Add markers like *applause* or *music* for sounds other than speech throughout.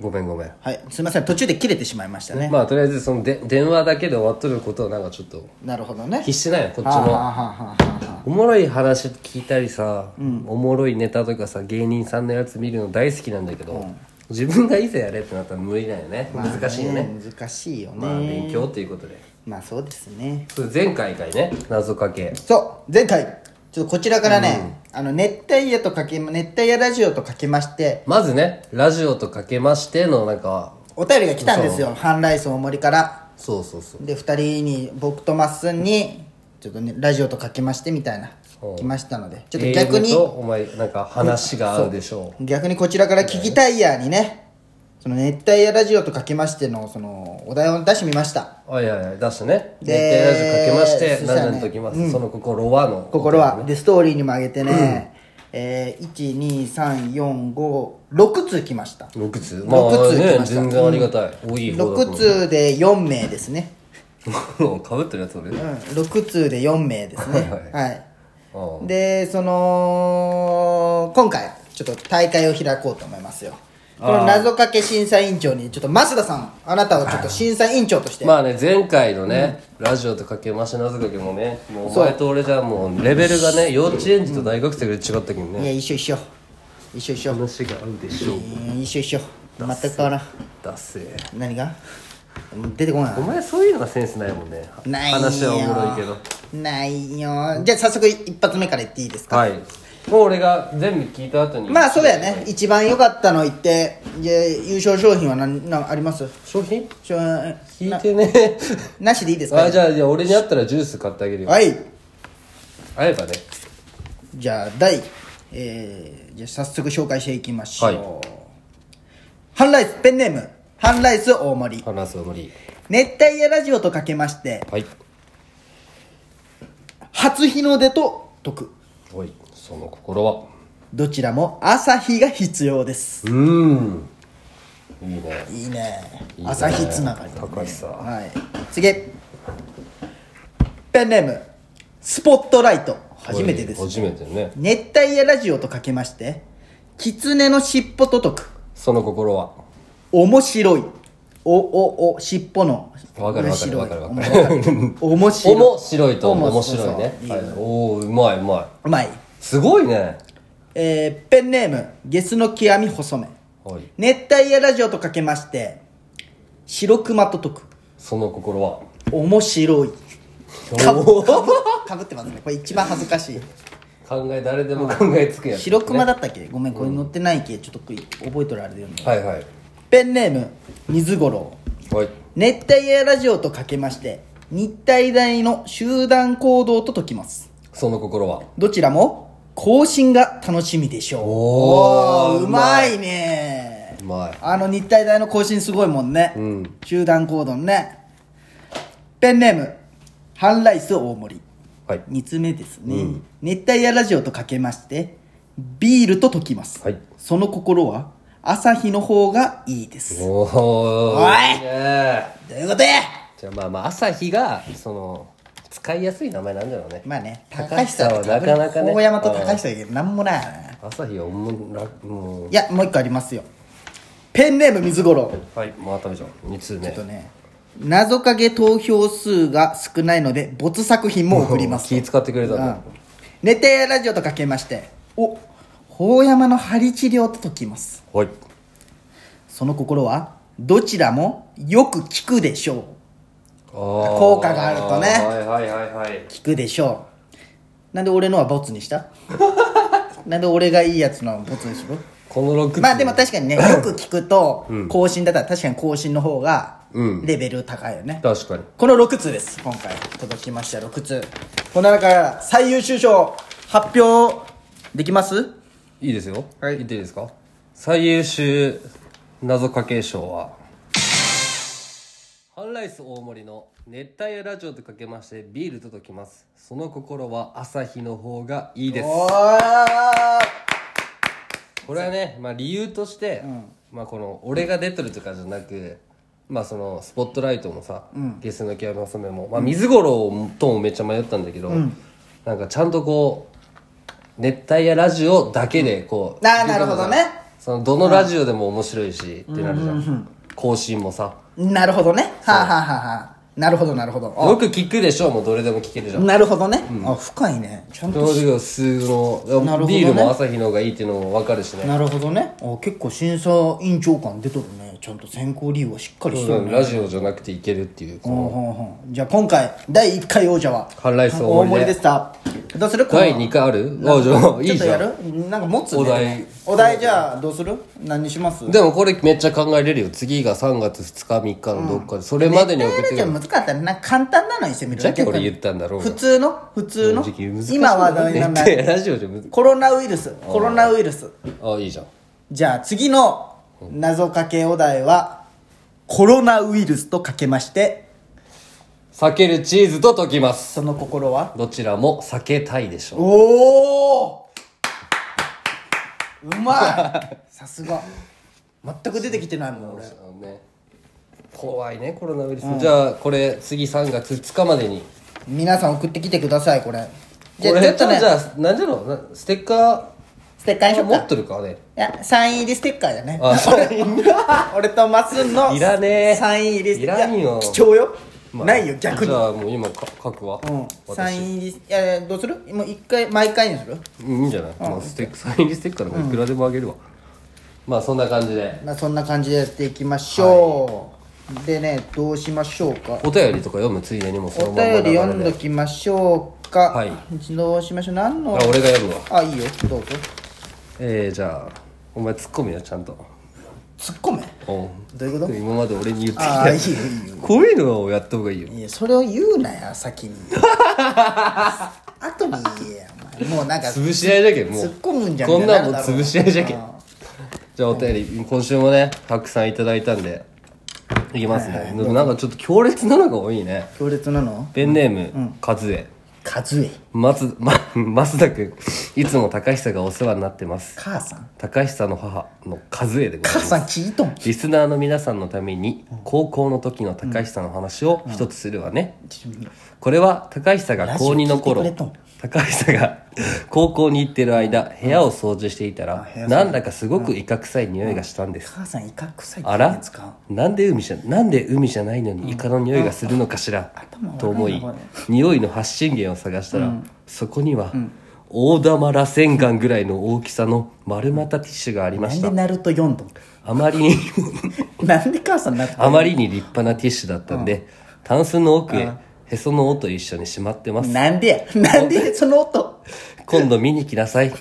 ごめんごめんはいすいません途中で切れてしまいましたね、まあとりあえずそので電話だけで終わっとることをなんかちょっとなるほどね必死なんやこっちはあはあもはあはあはあおもろい話聞いたりさ、おもろいネタとかさ芸人さんのやつ見るの大好きなんだけど、自分がいざやれってなったら無理だよね、まあ難しいよね難しいよね、まあ勉強ということでまあそうですねそれ前回回ね謎かけそう前回ちょっとこちらからね、あの熱帯夜とかけ熱帯夜ラジオとかけましてまずねラジオとかけましてのなんかお便りが来たんですよ半来大森からそうそうそうで2人に僕とまっすんにちょっとねラジオとかけましてみたいなほう来ましたのでちょっと逆 AM にとお前なんか話が合うでしょ逆にこちらから聞きたいやーにねその熱帯夜ラジオとかけましてのそのお題を出してみましたうあいやいや出してねででラジオかけましてそしたらね何々ときます、その心はの心はでストーリーにも上げてね、えー、12345通来ました6通ま六あ通来ねました全然ありがたい、多い方だと6通で4名ですね、思う *laughs* かぶってるやつ俺、うん、6通で4名ですねはいはいあでその今回ちょっと大会を開こうと思いますよこの謎かけ審査委員長にちょっと増田さんあなたをちょっと審査委員長としてあまあね前回のね、ラジオとかけまして謎かけもねもうお前と俺じゃもうレベルがね幼稚園児と大学生ぐらい違ったけどいね、や一緒一緒一緒一緒、話が合うでしょうえー一緒一緒全く変わらんだせ何がうん出てこないお前そういうのがセンスないもんねないよ話はおもろいけどないよじゃあ早速一発目から言っていいですか、はいもう俺が全部聞いた後にまあそうだよね一番良かったの言ってで優勝商品は何なあります商品しょ聞いてねなしでいいですかあじゃあじゃあ俺に会ったらジュース買ってあげるよはい会えばねじゃあ第えー、じゃあ早速紹介していきましょう、はハンライスペンネームハンライス大森話すは無理熱帯夜ラジオとかけましてはい初日の出と解くおいその心はどちらも朝日が必要ですうーんいいねいいねいいね朝日つながり、ね、高橋さんはい次ペンネームスポットライト初めてですおい初めてね熱帯夜ラジオとかけまして狐の尻尾と解くその心は面白いおおお尻尾のわかるわかるわかるわかる *laughs* 面白い面白い面白いと思う面面白い白いねそうはそういおおうまいうまうまいいすごいねえーペンネームゲスの極み細めはい熱帯夜ラジオとかけまして白熊と解くその心は面白いかぶかぶかぶってますねこれ一番恥ずかしい考え誰でも考えつくやつ白熊だったっけごめんこれ載ってないけちょっとこれ覚えとるあれだよねはいはいペンネーム水五郎はい熱帯夜ラジオとかけまして日体大の集団行動と解きますその心はどちらも更新が楽しみでしょうおーーうまいねうまいあの日体大の更新すごいもんね、うん集団行動ねペンネームハンライス大森はい2つ目ですね、熱帯夜ラジオとかけましてビールと解きます、はいその心は朝日の方がいいですおおおいねということでじゃあまあまあ朝日がその使いやすい名前なんだろうねまあね高久はなかなかね大山と高久だけどなんもないよね朝日はもうらもういやもう一個ありますよペンネーム水五郎はいまたじゃん2通目ちょっとね謎かけ投票数が少ないので没作品も送ります *laughs* 気使ってくれたうんの寝てやラジオとかけましてお法山の針治療と解きますはいその心はどちらもよく聞くでしょう効効果があるとねはいはいはいはい聞くでしょうなんで俺のはボツにした *laughs* なんで俺がいいやつのはボツにするこの6通まあでも確か *laughs* にねよく聞くと更新だったら確かに更新の方がうんレベル高いよね、確かにこの6通です今回届きました6通この中から最優秀賞発表できますいいですよはい言っていいですか最優秀謎かけ賞はハンライス大森の熱帯夜ラジオとかけましてビールと解きますその心は朝日の方がいいですおーこれはね、まあ、理由として、まあ、この俺が出てるとかじゃなく、まあ、そのスポットライトもさ、ゲスの極み娘も、まあ、水五郎ともめっちゃ迷ったんだけど、なんかちゃんとこう熱帯夜ラジオだけでこう、あーなるほどねそのどのラジオでも面白いしってなるじゃん更新もさなるほどねはあ、はあはあはあ、なるほどなるほどあよく聞くでしょもうどれでも聞けるじゃんなるほどね、あ深いねちゃん正と直数のなるほどねビールも朝日の方がいいっていうのも分かるしねなるほどねあ結構審査委員長感出とるねちゃんと選考理由はしっかりしてるねラジオじゃなくていけるっていうこほんのほんほんじゃあ今回第1回王者は観覧室大大盛りで盛りでしたどうするこの第2回あるあじゃ *laughs* あいちょいっとじやゃんるなんか持つねお題お題じゃあどうする何にしますでもこれめっちゃ考えれるよ次が3月2日3日のどっかでそれまでに送ってくじゃる難かったらなんか簡単なのにしてみるじゃあ俺言ったんだろう普通の普通の正直難しい今はダメなんだねラジオじゃむずコロナウイルスコロナウイルスあいいじゃんじゃあ次の謎かけお題はコロナウイルスとかけまして避けるチーズと溶きますその心はどちらも避けたいでしょおおうまい *laughs* さすが全く出てきてないもん俺うね怖いねコロナウイルス、じゃあこれ次3月2日までに皆さん送ってきてくださいこれじゃこあれちょっとねじゃあ何じゃろうなステッカステッカーにしーよう持かっとるかねいや、サイン入りステッカーだね。あサイ俺とマスンの。いらねえサイン入りステッカー。いらんよや貴重よ。まあ *laughs* ないよ、逆じに。ゃあもう今か書くわ、うん。サイ私ン入り、いやいや、どうするもう一回、毎回にするいいんじゃない、まあ、ステッカーサイン入りステッカーなんかいくらでもあげるわ、まあそんな感じでまあ、そんな感じでやっていきましょう。でね、どうしましょうか。お便りとか読むついでにもうそおのまんま流れ便りで読んどきましょうか。はいどうしましょう何のあ俺が読むわあ、いいよ。どうぞ。えー、じゃあお前ツッコミよちゃんと突っ込め。おうどういうこと今まで俺に言ってきあたあ、いいよ、いいよ。こういうのをやった方がいいよいやそれを言うなよ先に後に言えやお前もうなんか突っ潰し合いじゃけんもう込むんじゃこんなんもみうたいにるだろ潰し合いじゃけんじゃあお便り今週もねたくさんいただいたんでいきますね、でもなんかちょっと強烈なのが多いね強烈なのペンネーム、カズエ数え松ま増田君いつも高久がお世話になってます母さん高久の母のカズエでござい母ますさん聞いとんリスナーの皆さんのために高校の時の高久の話を一つするわね、これは高久が高2の頃ラジオ聞いてくれ高久が高校に行ってる間部屋を掃除していたら、部屋掃除なんだかすごく威嚇臭い匂いがしたんです、母さん威嚇臭いあってらやつかなんで海じゃなんで海じゃないのにイカの匂いがするのかしら、頭悪いなと思いこれ匂いの発信源を探したら、そこには、大玉螺旋岩ぐらいの大きさの丸またティッシュがありまなしんでたナルト読んどあまりに *laughs* もんなんで母さんなったあまりに立派なティッシュだったんで、タンスの奥へへその緒と一緒にしまってます。なんでやなんでその音今度見に来なさい。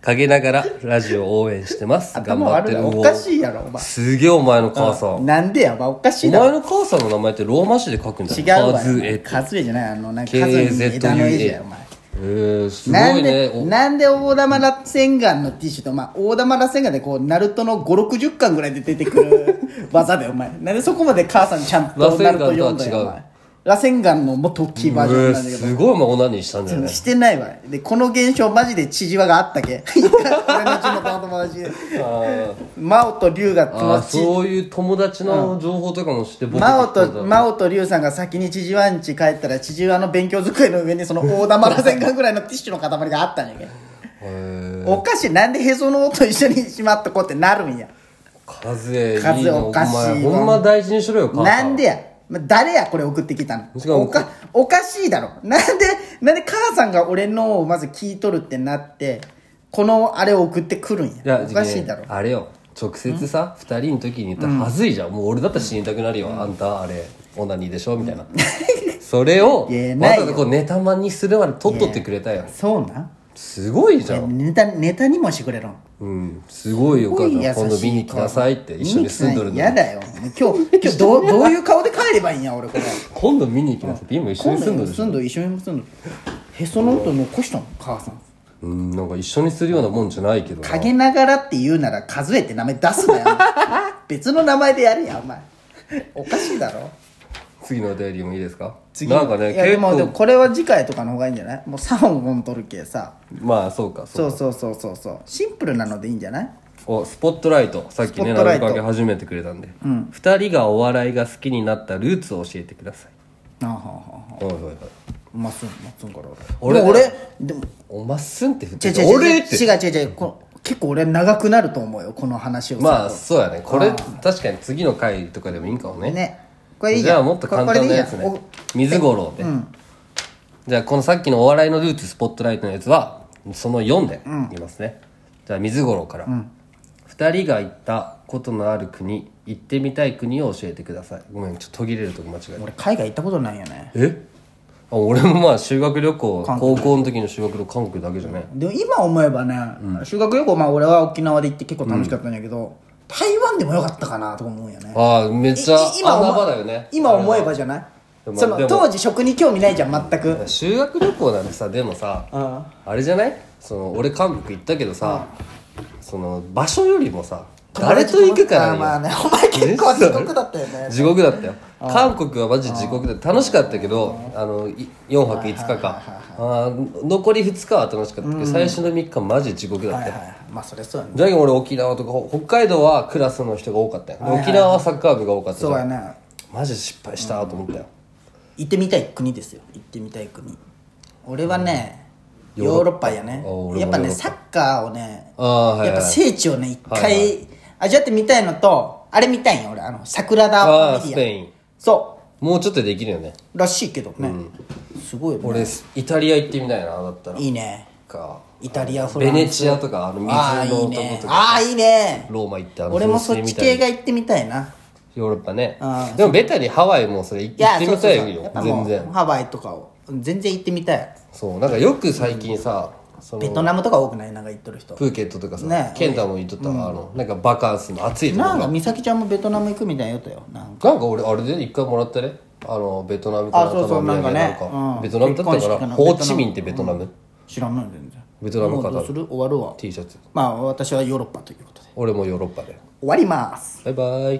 陰ながらラジオ応援してます。頑 *laughs* 頭張っ悪ているなおかしいやろお前すげえお前の母さん。おなんでやお前おかしいだろ前の母さんの名前ってローマ字で書くんだ違よ。うわカズエって。数えじゃないあのなんか KZUA 数えに枝の絵じゃんお前えー、すごなんいでね。、おなんで大玉螺旋岩のティッシュと、まあ、大玉螺旋岩でこう、ナルトの5、60巻ぐらいで出て *laughs* くる技で、お前。なんでそこまで母さんちゃんとナルト読んだよ、お前。螺旋岩のもっと大きいバージョンえーなんだけすごいまあオナニーしたんだよど。ね。してないわ。で、この現象マジで知事話があったけ。 *laughs* 俺の地元の友達で。真央と龍が友あー達。そういう友達の情報とかもして、僕真央聞いたと、んだ真央と龍さんが先に知事話ん家帰ったら、知事話の勉強机の上にその大玉螺旋岩ぐらいのティッシュの塊があったんやけ。へーおかしいなんでへその緒と一緒にしまっとこうってなるんやカズエ、カズエいいのおかしいわお前ほんま大事にしろよ、母さなんでやま誰やこれ送ってきたしかものおかおかしいだろなんでなんで母さんが俺のをまず聞いとるってなってこのあれを送ってくるんいややおかしいだろねあれよ直接さ2人の時に言ったらはずいじゃん、もう俺だったら死にたくなるよ、あんたあれオナニーでしょみ *laughs* たいなそれをいやわなざいよわざこうネタマンにするまで取っとってくれたやんそうなんすごいじゃんネタネタにもしてくれろうんすごいよかった今度見に来なさいって一緒に住んどるの嫌にだよ *laughs* 今日今日どうどういう顔で帰ればいいんや俺これ今度見に来なさいって今一緒今に住んど度るでし住ょんどる一緒に住んどるへその音残したの母さんうんなんか一緒にするようなもんじゃないけどな陰ながらって言うなら数えって名前出す *laughs* なよ別の名前でやれやお前おかしいだろ次のお便りもいいですかなんかねいやで結もでも構これは次回とかの方がいいんじゃないもう3本取るけさまあそうかそうそうそうそうそうそうシンプルなのでいいんじゃないおスポットライトさっきねスポットライ謎かトけ始めてくれたんで、二2人がお笑いが好きになったルーツを教えてくださいあはあはあおいおいまっすんまっすんから俺俺俺でもおいおまっすんって振っ違てう違う違う俺違うって違う違うこう結構俺長くなると思うよこの話をまあそうやねこれ確かに次の回とかでもいいかもねねこれいいじゃやあもっと簡単なやつね水五郎で、じゃあこのさっきのお笑いのルーツスポットライトのやつはその4でいきますね、じゃあ水五郎から、二2人が行ったことのある国行ってみたい国を教えてくださいごめんちょっと途切れるとこ間違えた俺海外行ったことないよねえあ俺もまあ修学旅行高校の時の修学旅行韓国だけじゃねでも今思えばね、修学旅行まあ俺は沖縄で行って結構楽しかったんだけど、台湾でもよかったかなとか思うよねああめっちゃい今思穴場だよね今思えばじゃないでもそでのも当時食に興味ないじゃん全く修学旅行なんてさでもさああれじゃないその俺韓国行ったけどさその場所よりもさ誰と行くかあーまあらねお前結構地獄だったよね地獄だったよ韓国はマジ地獄だった楽しかったけどあのい4泊5日かあー残り2日は楽しかったけど最初の3日マジ地獄だっはたいよはいまあそれそうやねじゃあ俺沖縄とかほ北海道はクラスの人が多かったよで沖縄はサッカー部が多かったじそうゃやんねマジ失敗したと思ったよ行ってみたい国ですよ行ってみたい国俺はね、ヨーロッパやねあ俺もやっぱヨねーロッサッカーをねああはいやっはぱい聖地をね一は回味わってみたいのとあれ見たいんよ俺あの桜田ああファスミペリアインそもうちょっとできるよねうらしいけどね、すごいよね俺イタリア行ってみたいなだったらいいねかイタリアフラベンスネチアとかあの水ああいのい男ねとかああいいねローマ行ったあの俺もそっ噴水みちたい系なが行ってみたいなヨーロッパねあでもベタにハワイもそれ行いやってみたいそうそうそうやよっぱも全う然ハワイとかを全然行ってみたいそうなんかよく最近さそベのトナムとか多くないなんか行っとる人プーケットとかさねケンタも言っとったわあのなんかバカンスの暑いとこなんろか美咲ちゃんもベトナム行くみたいよとよなんかなんか俺あれで一回もらったねあのベトナムかなあそうそうかのお土産なんかねうんベトナムだった結婚か式からなホーチミンってベトナム知らんもん全然ベトナムかもうどうする終わるわ T シャツまあ私はヨーロッパということで俺もヨーロッパで終わりますバイバイ